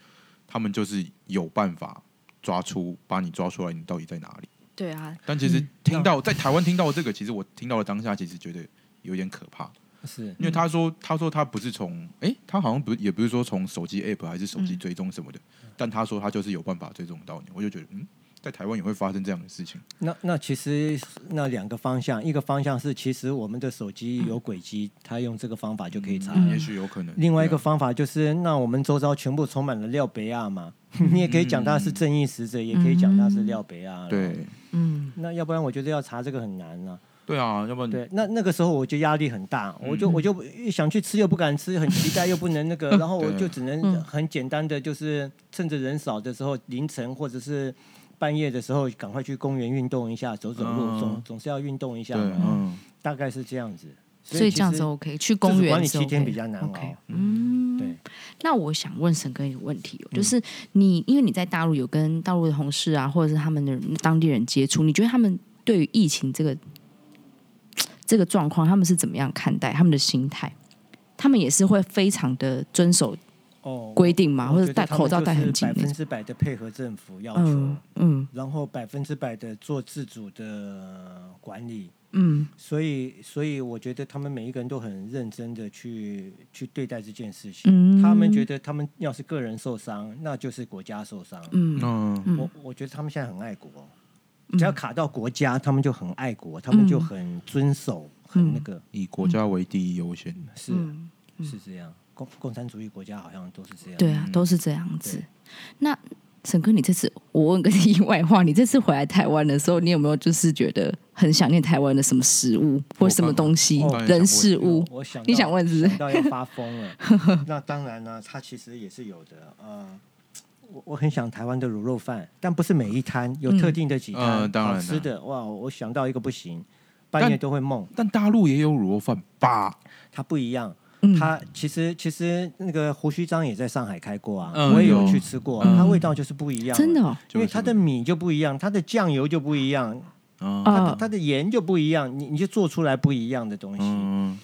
他们就是有办法抓出把你抓出来，你到底在哪里？对啊，但其实嗯听到、在台湾听到这个，其实我听到了当下，其实觉得有点可怕。是因为他说，嗯他说他不是从，诶，他好像不是，也不是说从手机 app 还是手嗯机追踪什么的，但他说他就是有办法追踪到你，我就觉得，嗯，在台湾也会发生这样的事情，那那其实那两个方向，一个方向是其实我们的手机有轨迹，它用这个方法就可以查。嗯也许有可能。另外一个对啊，方法就是，那我们周遭全部充满了廖北 亚嘛，你也可以讲他是正义使者，也可以讲他是廖北亚。，嗯对嗯，那要不然我觉得要查这个很难啊。对啊，要不然对，那那个时候我就压力很大，嗯我就我就想去吃又不敢吃，很期待又不能 那个，然后我对啊嗯就只嗯能很简单的，就是趁着人少的时候，凌晨或者是半夜的时候，赶快去公园运动一下，走走路，嗯总总是要运动一下对，嘛。嗯，大概是这样子。所以这样其子实 OK，去自公主园管理是期间 OK 比较难哦 OK 熬。嗯，对。那我想问沈哥一个问题、嗯哦，就是你因为你在大陆有跟大陆的同事啊，或者是他们的人当地人接触，你觉得他们对于疫情这个这个状况，他们是怎么样看待他们的心态？他们也是会非常的遵守哦规定吗？或我者戴口罩戴很紧百那分种？之百的配合政府要求，嗯嗯然后百分之百的做自主的管理。嗯所以，所以我觉得他们每一个人都很认真的去去对待这件事情。嗯他们觉得，他们要是个人受伤，那就是国家受伤。嗯嗯嗯我我觉得他们现在很爱国，只要卡到国家，他们就很爱国，他嗯们就很遵守，很那个。以国家为第一优先，是、嗯，是这样，共共产主义国家好像都是这样。对嗯啊，都是这样子。那沈哥，你这次我问个 题外话，你这次回来台湾的时候，你有没有就是觉得很想念台湾的什么食物或什么东西、我刚刚人事我物？哦我想你到想问是不是想到要发疯了。 那当然呢、它其实也是有的。呃，我我很想台湾的卤肉饭，但不是每一摊有特定的几摊、嗯呃当然好吃的。哇，我想到一个不行，半但夜都会梦。但大陆也有卤肉饭吧？它不一样嗯。它其实其实那个胡须章也在上海开过啊，嗯我也有有去吃过，嗯它味道就是不一样。真的、，哦，因为它的米就不一样，它的酱油就不一样，啊，哦，它的盐就不一样，你你就做出来不一样的东西。嗯，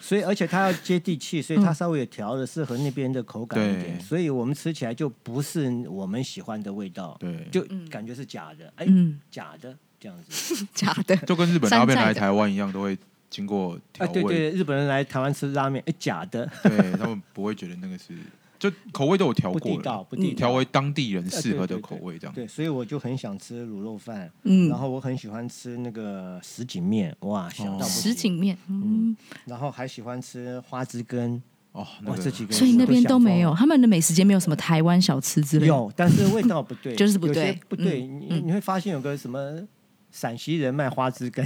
所以而且它要接地气，所以嗯它稍微也调的适合那边的口感一点，对所以我们吃起来就不是我们喜欢的味道，对，就感觉是假的，哎、嗯假的，这样子。假的，就跟日本拉面山寨来的台湾一样，都会经过啊，调对味，对，日本人来台湾吃拉面，哎，假的，对他们不会觉得那个是，就口味都有调不地过道，了，嗯不地调道。为当地人哎适合的对对口味这样。对，所以我就很想吃卤肉饭，嗯哦然，后我很喜欢吃那个什锦面，哇，想到不什行。锦面，嗯，然后还喜欢吃花枝羹，哦，那哇，个这几个所以那边想都没疯了有，他们的美食街没有什么台湾小吃之类的。有，但是味道不 对，就是不对有些不对。嗯你嗯你会发现有个什么陕西人卖花枝羹，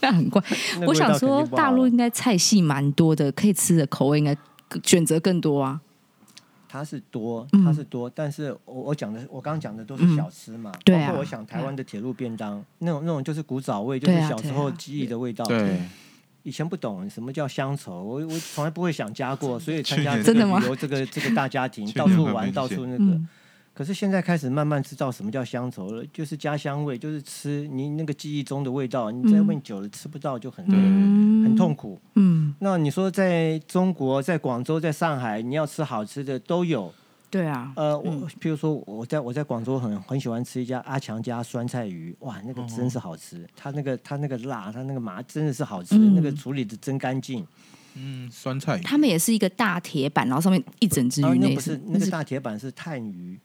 那很怪。那 我味道想肯定说，不好啊大陆了应该菜系蛮多的，可以吃的口味应该更选择更多啊。它是多，嗯它是多，但是我我讲的，我刚讲的都嗯是小吃嘛，对啊包括我想台湾的铁路便当，那种那种就是古早味，就对是啊小时对候啊记忆的味道。对，以前不懂什么叫乡愁，我我从来不会想家过，所以参加去年这真个的吗旅游 这个这个大家庭，去到年处很玩，明到处显那个。嗯，可是现在开始慢慢知道什么叫乡愁了，就是家乡味，就是吃你那个记忆中的味道，你在嗯问久了吃不到就很、嗯很痛。苦。嗯，那你说在中国，在广州，在上海，你要吃好吃的都有。对啊，呃，我譬如说我在我在广州很很喜欢吃一家阿强家酸菜鱼，哇，那个真是好吃，它那个它那个辣，它那个麻真的是好吃，哦嗯那个处理的真干净。嗯，酸菜他们也是一个大铁板，然后上面一整只然后鱼，哦那也不是那那个是大铁板是炭鱼，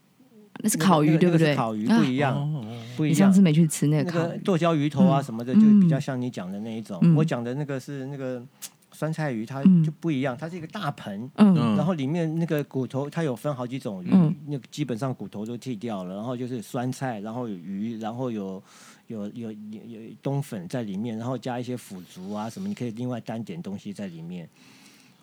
那是那个烤那鱼，个对不那个是对？烤鱼啊不一样，哦，不一你样上次。没去吃那那个烤个鱼，剁椒鱼头啊什么的，就比较像你讲的那一种。嗯我讲的那个是那个酸菜鱼，它嗯就不一样，它是一个大盆，嗯嗯然后里面那个骨头它有分好几种鱼，嗯那个基本上骨头都剃掉了，然后就是酸菜，然后有鱼，然后有有有有有冬粉在里面，然后加一些腐竹啊什么，你可以另外单点东西在里面。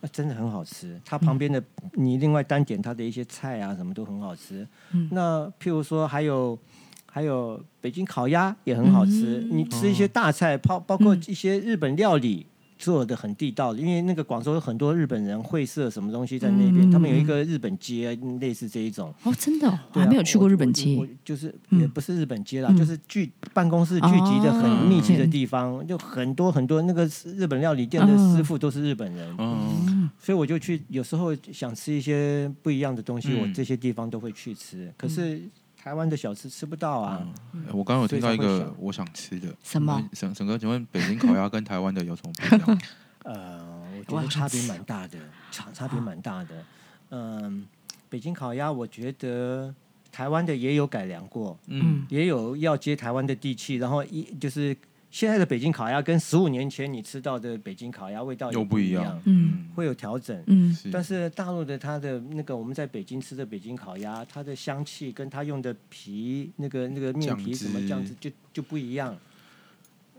啊、真的很好吃，它旁边的、你另外单点它的一些菜啊什么都很好吃。嗯那譬如说还有还有北京烤鸭也很好吃，嗯你吃一些大菜，包包括一些日本料理。做的很地道的，因为那个广州有很多日本人会社什么东西在那边，嗯他们有一个日本街，类似这一种。哦，真的哦，我对啊还没有去过日本我我街，就是嗯也不是日本街啦，嗯就是聚办公室聚集的哦很密集的地方，就很多很多那个日本料理店的哦师傅都是日本人，嗯，所以我就去，有时候想吃一些不一样的东西，嗯我这些地方都会去吃。可是台湾的小吃吃不到啊，哎我刚刚有听到一所以才会个想我想吃的什么？沈沈哥，请问北京烤鸭跟台湾的有什么不一 样？呃，我我觉好得差别蛮大的，差差啊别蛮大的。嗯，北京烤鸭，我觉得台湾的也有改良过，嗯嗯，也有要接台湾的地气，然后一就是现在的北京烤鸭跟十五年前你吃到的北京烤鸭味道也又不一一样，嗯会有调整。嗯是，但是大陆的它的那个我们在北京吃的北京烤鸭，它的香气跟它用的皮那个那个面酱皮汁什么酱汁就就不一样。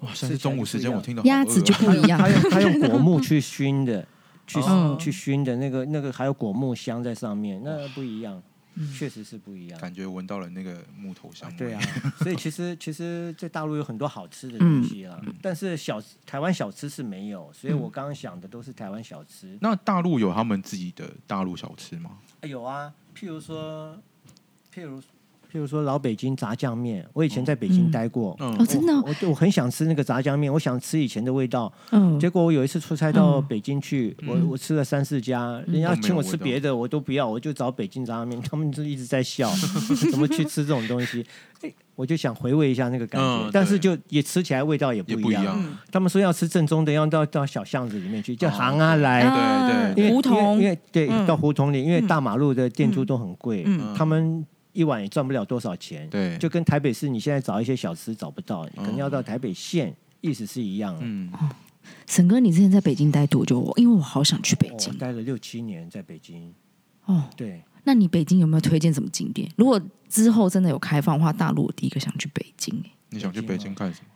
哇，现在是中午时间，我听到鸭子就啊不一样它，用 它用果木去熏的，去、哦去熏的那个那个还有果木香在上面，那不一样，嗯确实是不一 样。感觉闻到了那个木头香味。对啊，所以其实 其实，在大陆有很多好吃的东西嗯啦，但是小台湾小吃是没有，所以我刚刚想的都是台湾小吃。那大陆有他们自己的大陆小吃吗？哎有啊，譬如说，譬如譬如说老北京炸酱面，我以前在北京嗯待过，嗯哦，，真的哦，我我很想吃那个炸酱面，我想吃以前的味道。嗯，结果我有一次出差到嗯北京去，嗯我我吃了三四家，人都家没请有我味吃道别的我都不要，我就找北京炸酱面， 他们就一直 在笑，怎么去吃这种东西？ 哎我就想回味一下那个感觉，嗯但是对就也吃起来味道也也不不一一样。样。嗯他们说要吃正宗的，要到到小巷子里面去，叫哦行啊来。啊哎对对因为胡同因为因为对、嗯到胡同里，因为大马路的店嗯租都很贵，嗯他们一碗也赚不了多少钱。对，就跟台北市你现在找一些小吃找不到，可能要到嗯台北县，意思是一样的。嗯，哦沈哥，你之前在北京待多久？因为我好想去北我京哦待了六七年在北京，哦。对，那你北京有没有推荐什么景点？如果之后真的有开放的话，大陆我第一个想去北京、欸，你想去北京看什么？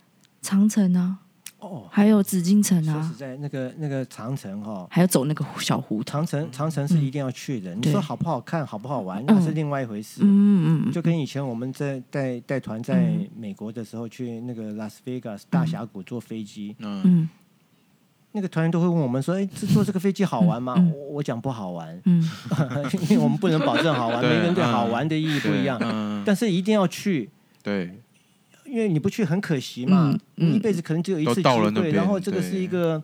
长城啊，哦，还有紫禁城说实啊，在，那个那个长城哈、还有走那个小胡同。长城长城是一定要去的。嗯你对说好不好看，好不好玩，那是另外一回事。嗯嗯嗯，就跟以前我们在带带团在美国的时候去那个拉斯维加斯大峡谷坐飞机，嗯，嗯那个团员都会问我们说：“哎，这坐这个飞机好玩吗？”嗯，我我讲不好玩 嗯，因为我们不能保证好玩，每对个人对嗯好玩的意义不一样。啊嗯，但是一定要去，对，因为你不去很可惜嘛，嗯嗯你一辈子可能只有一次机都到了那会。边然后这个是对一个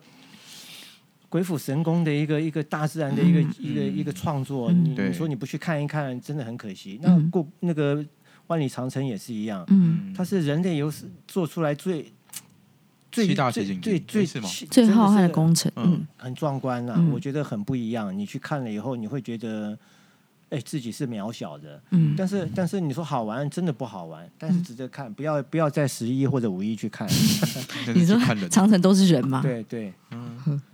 鬼斧神工的一个一个大自然的一个、嗯一个一个创作，嗯你对你说你不去看一看，真的很可惜。那嗯过那个。万里长城也是一样，嗯，它是人类有史做出来最最七大最奇景最地最没事吗气最真的浩瀚的是工程，嗯嗯很壮观啊，嗯我觉得很不一样。你去看了以后，你会觉得，哎，自己是渺小的。嗯，但是，但是你说好玩，真的不好玩，但是值得看，不要不要在十一或者五一 去看。那嗯你是说去看人。长城都是人吗？对对，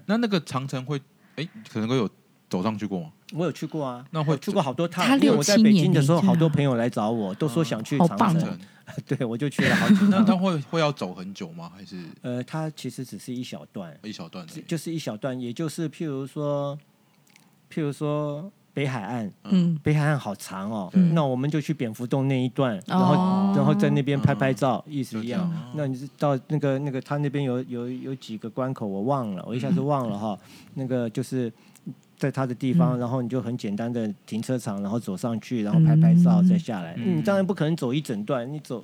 那那个长城会，哎，可能会有走上去过吗？我有去过啊，那会我去过好多嗯他趟。因为六我在七北年京的没时候，去好多啊朋友来找我，都说想去好长棒城哦。 对，我就去了好几那它趟。会会要走很久吗？还是呃，它其实只是一小段，一小段而已？就是一小段，也就是譬如说，譬如说北海岸，嗯，北海岸好长哦，嗯那我们就去蝙蝠洞那一段，然后、哦然后在那边拍拍照，意嗯思就一这样样。那你是到那个那个他那边有有有几个关口我忘了，我一下子忘了哈。嗯那个就是在他的地嗯方，然后你就很简单的停车场，然后走上去，然后拍拍照、嗯再下来。嗯你当然不可能走一整段，你走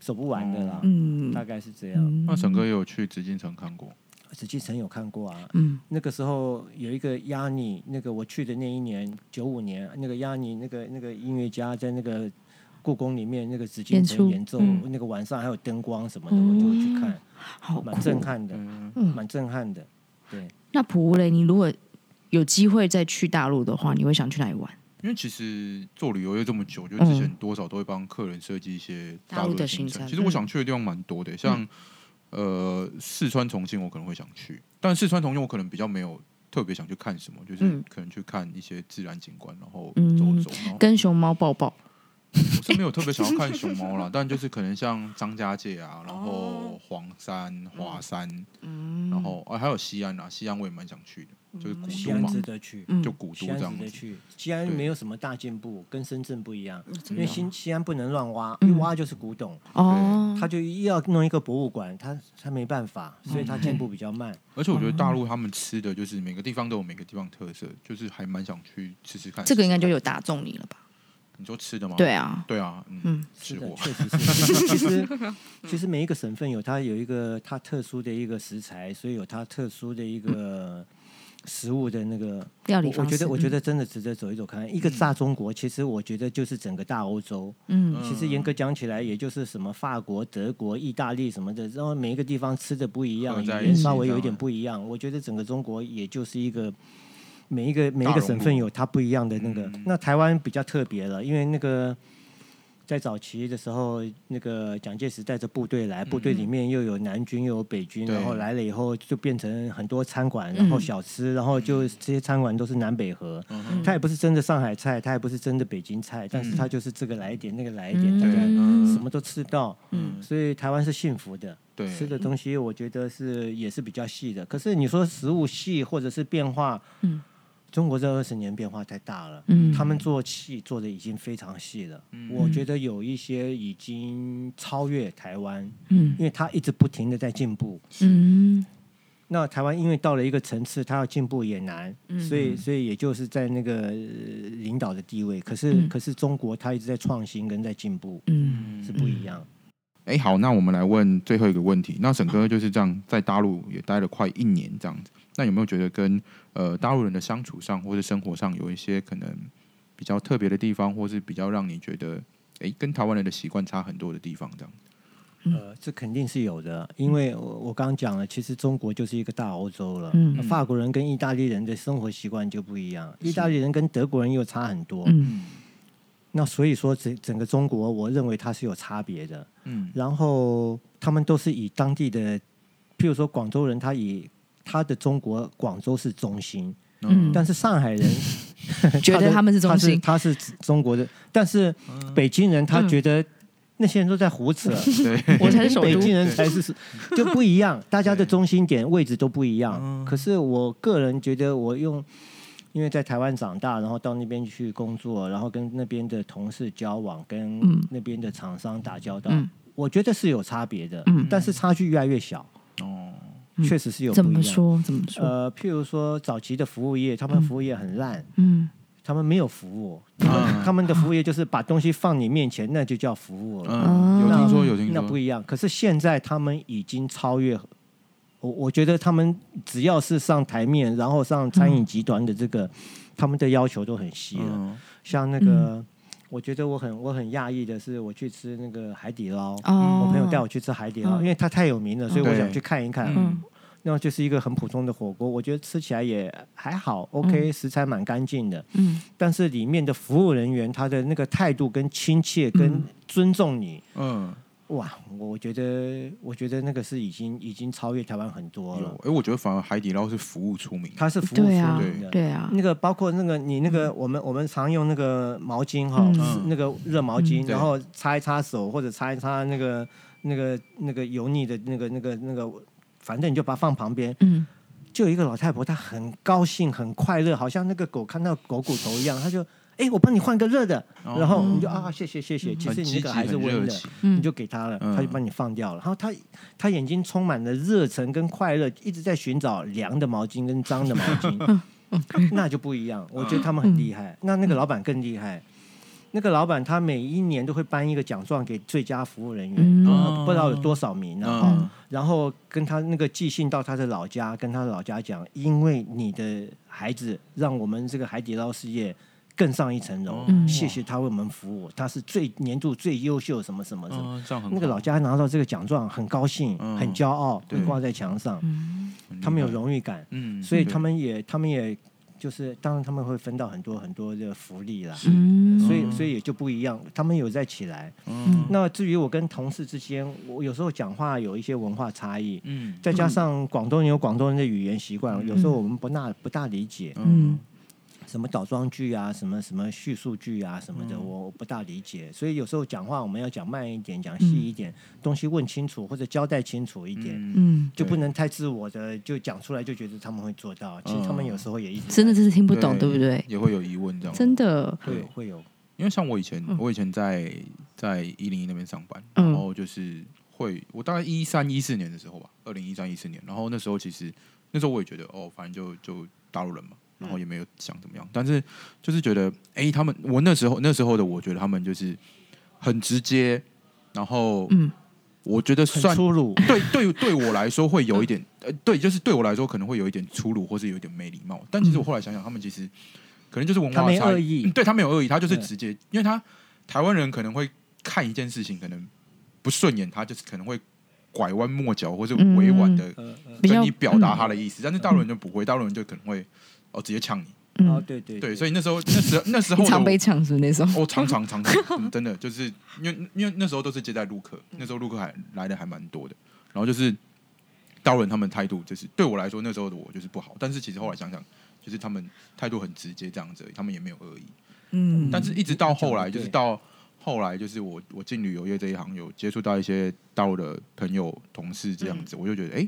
走不完的啦，嗯大概是这样。那沈哥也有去紫禁城看过，紫禁城有看过啊，嗯那个时候有一个亚尼，那个我去的那一年九五年，那个亚尼那个那个音乐家在那个故宫里面那个紫禁城演演出奏，嗯那个晚上还有灯光什么的，嗯我就去看，好酷蛮。震撼的，嗯蛮震撼的。对，那普乌雷，你如果有机会再去大陆的话，你会想去哪里玩？因为其实做旅游又这么久，就之前多少都会帮客人设计一些嗯大陆陆的行行程嗯其实我想去的地方蛮多的，像呃四川、重庆，我可能会想去，但四川、重庆我可能比较没有特别想去看什么，就是嗯可能去看一些自然景观，然后嗯走走。哦然后跟熊猫抱抱，我是没有特别想要看 熊猫啦，但就是可能像张家界啊，然哦后黄嗯山、华山，然后啊还有西安啊，西安我也蛮想去的，就是古西都安嘛值，得去，嗯就古都西这安样值得子。去。西安对没有什么大进步，跟深圳不一样，因的为啊新西安不能乱挖，嗯一挖就是古董，哦，他就一要弄一个博物馆，他他没办法，所以他进步比较慢。而且我觉得大哦陆他们吃的就是每个地方都有每个地方特色，就是还蛮想去吃吃看。这个应该就有打中你了吧？你说吃的哦吗？对啊，对啊，嗯，嗯吃的，货确实是。其实其实每一个省份有它有一个它特殊的一个食材，所以有它特殊的一个食物的那个料理我我方觉式得我觉得真的值得走一走看看。一个大中国，其实我觉得就是整个大欧洲。嗯其实严格讲起来，也就是什么法国、德国、意大利什么的，然后每一个地方吃的不一合样，语在一言起稍微有一这点样不一样。我觉得整个中国也就是一个每一个每一大嗯个熔省份炉有它不一样的那个。那台湾比较特别了，因为那个在早期的时候，那个蒋介石带着部队来，部队里面又有南军又有北军，嗯对然后来了以后就变成很多餐馆，嗯然后小吃，然后就这些餐馆都是南北河。它也不是真的上海菜，它也不是真的北京菜，但是它就是这个来一点，那个来一点，大对家嗯什么都吃到，嗯所以台湾是幸福的，对，吃的东西我觉得是也是比较细的。可是你说食物细或者是变化，嗯，中国这二十年变化太大了，嗯他们做细做的已经非常细了，我觉得有一些已经超越台湾，嗯因为它一直不停的在进步，嗯那台湾因为到了一个层次，它要进步也难，嗯所以所以也就是在那个呃领导的地位。可是、嗯可是中国它一直在创新跟在进步，嗯，是不一样。哎，好，那我们来问最后一个问题。那沈哥就是这样在大陆也待了快一年这样子，那有没有觉得跟呃大陆人的相处上或者生活上有一些可能比较特别的地方，或是比较让你觉得哎跟台湾人的习惯差很多的地方这样？嗯呃，这肯定是有的，因为我我刚刚讲了，其实中国就是一个大欧洲了。嗯那法国人跟意大利人的生活习惯就不一样，意大利人跟德国人又差很多。嗯那所以说整整个中国，我认为它是有差别的。嗯然后他们都是以当地的，譬如说广州人，他以他的中国广州是中心，嗯，但是上海人觉得他们是中心他是他是中国的，但是北京人他觉得那些人都在胡扯， 对，我才是首北都京，人才 是就不一样，大家的中心点位置都不嗯一样。可是我个人觉得，我用因为在台湾长大，然后到那边去工作，然后跟那边的同事交往，跟嗯那边的厂商打交道，嗯我觉得是有差别的，嗯但是差距越来越小，哦，嗯确实是有不怎一么样。说怎么说？呃，譬如说早期的服务业，他们服务业很烂，嗯他们没有服务，他们、啊他们的服务业就是把东西放你面前，那就叫服务了。嗯，有听说有听那说不，一样。可是现在他们已经超越我，我觉得他们只要是上台面，然后上餐饮集团的这个，他们的要求都很细了。嗯像那个我觉得我很我很讶异的是，我去吃那个海底捞，哦我朋友带我去吃海底嗯捞，因为它太有名了，所以我想去看一看。嗯那就是一个很普通的火锅，我觉得吃起来也还好，OK，、食材蛮干净的。嗯，但是里面的服务人员他的那个态度跟亲切跟尊重你，嗯，哇，我我觉得我觉得那个是已经已经超越台湾很多有了。。哎，我觉得反而海底捞是服务出名，它是服务出对啊名的，，对啊，那个包括那个你那个我们我们常用那个毛巾哈，嗯是那个热毛巾，嗯然后擦一擦手或者擦一擦那个那个那个油腻的那个那个那个，反正你就把它放旁边。嗯，就有一个老太婆，她很高兴很快乐，好像那个狗看到狗骨头一样，她就哎、我帮你换个热的，哦然后你就啊谢谢谢谢，其很实你积那极，个还是很温热的。情。嗯你就给他了，嗯他就帮你放掉了。然后他他眼睛充满了热忱跟快乐，一直在寻找凉的毛巾跟脏的毛 巾，那就不一样。我觉得他们很厉嗯害，那那个老板更厉害。那个老板他每一年都会颁一个奖状给最佳服务人员，嗯呃不知道有多少名啊。哈嗯然后跟他那个寄信到他的老家，跟他的老家讲，因为你的孩子让我们这个海底捞事业更上一层楼，嗯谢谢他为我们服务，他是最年度最优秀什么什么什么。嗯，这样很那个好老家拿到这个奖状，很高兴，嗯很骄傲，对会挂在墙上。很他们有厉害荣誉感，嗯，所以对他们也，他们也就是，当然他们会分到很多很多的福利啦，嗯所以所以也就不一样。他们有在起来。嗯那至于我跟同事之间，我有时候讲话有一些文化差异，嗯再加上广东人有广东人的语言习惯，有时候我们不大不大理解嗯什么倒装句啊，什么什么叙述句啊什么的，嗯我不大理解。所以有时候讲话我们要讲慢一点，讲细一点，东西问清楚或者交代清楚一点，嗯嗯，就不能太自我的就讲出来，就觉得他们会做到。其实他们有时候也一直真的真是听不懂，对对不对？也会有疑问这样。真的，嗯会有会有，因为像我以前，嗯我以前在在一零一那边上班，嗯然后就是会，我大概一三一四年的时候吧，二零一三一四年，然后那时候其实那时候我也觉得哦，反正就就大陆人嘛，然嗯后也没有想怎么样，但是就是觉得哎、他们我那时候那时候的我觉得他们就是很直接，然后嗯我觉得很算粗鲁。 对对对我来说会有一点，呃，对，就是对我来说可能会有一点粗鲁，或是有一点没礼貌。但其实我后来想想，他们其实可能就是文他化没差恶异，意嗯对他没有恶意，他就是对直接，因为他台湾人可能会看一件事情，可能不顺眼，他就是可能会拐弯抹角或是委婉的呃呃比较跟你表达他的意思，但是大陆人就不会，大陆人就可能会哦直接呛你。哦，嗯，对对对，所以那时候那时候那时候 你的常我被抢是不是那种，哦，常常常常、嗯真的就是因为因为那时候都是接待陆客，那时候陆客还来的还蛮多的，然后就是刀人他们态度就是对我来说那时候的我就是不好，但是其实后来想想，就是他们态度很直接这样子而已，他们也没有恶意，嗯，但是一直到后来嗯就是对到。后来就是我，我进旅游业这一行，有接触到一些大陆的朋友、同事这嗯样子，我就觉得，哎、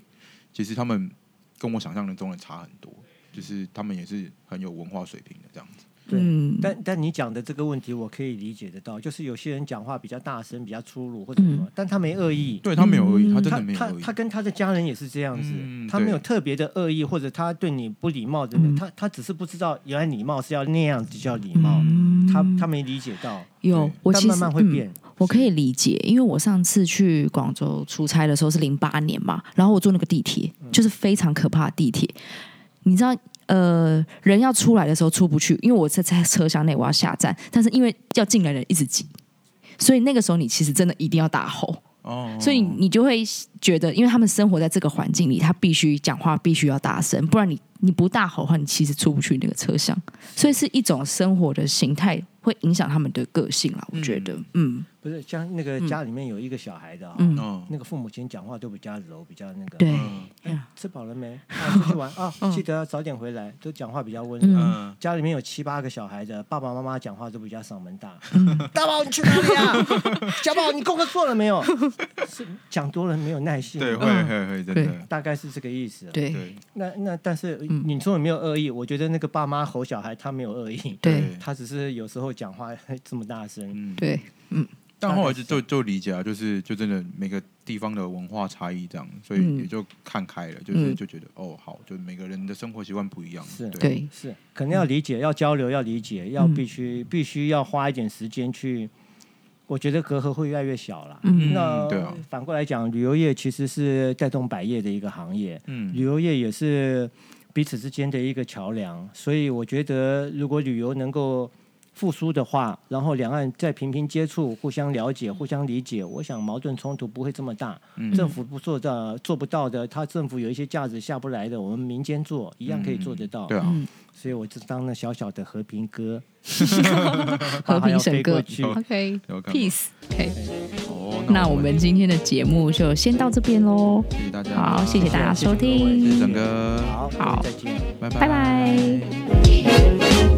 其实他们跟我想象中的差很多，就是他们也是很有文化水平的这样子。对嗯但但你讲的这个问题，我可以理解得到，就是有些人讲话比较大声、比较粗鲁或者什嗯么，但他没恶意。对他没有恶意，他真嗯他的没有他恶意。他跟他的家人也是这样子，嗯他对没有特别的恶意，或者他对你不礼貌等等，嗯他他只是不知道原来礼貌是要那样子叫礼貌，他他没理解到，有对嗯我但其实慢慢会嗯变我可以理解，因为我上次去广州出差的时候是零八年嘛，然后我坐那个地铁，就是非常可怕的地铁。你知道，呃，人要出来的时候出不去，因为我在在车厢内我要下站，但是因为要进来的人一直挤，所以那个时候你其实真的一定要大吼，哦，所以你就会觉得，因为他们生活在这个环境里，他必须讲话必须要大声，不然你你不大吼的话，你其实出不去那个车厢，所以是一种生活的形态会影响他们的个性啦，我觉得，嗯不是像那个家里面有一个小孩的哈、啊嗯嗯那个父母亲讲话都比较柔，比较那个。对。嗯哎吃饱了没？ 啊，出去玩啊，记得要早点回来。都讲话比较温柔。嗯，家里面有七八个小孩的，爸爸妈妈讲话都比较嗓 门大。大宝，你去哪里啊？ 小宝，你功课做了 没有？是讲多了没有耐心。对，会嗯会会，真对的，大概是这个意思。，啊对嗯对那那但是你说有没有恶意？我觉得那个爸妈吼小孩，他没有恶意，对他只是有时候讲话这么大声。嗯。对，但后来就大概就就理解啊，就是就真的每个地方的文化差异这样，所以嗯也就看开了，就是嗯就觉得哦，好，就每个人的生活习惯不一样，是对，对，是，可能要理解，要交流，要理解，要嗯必须必须要花一点时间去。我觉得隔阂会越来越小了。嗯那对啊反过来讲，旅游业其实是带动百业的一个行业，旅嗯，游业也是彼此之间的一个桥梁。所以我觉得，如果旅游能够复苏的话，然后两岸再频频接触、互相了嗯解、互相理解，我想矛盾冲突不会这么大。政府不做的、做不到的，他政府有一些价值下不来的，我们民间做一样可以做得到。对啊，嗯所以我就当了小小的和平 鸽， 和平神神歌去。 ，OK 要干嘛 peace OK，哦，那我们今天的节目就先到这边喽。谢谢大家，好，谢谢大家收听，谢谢整个，好，好再见。拜拜拜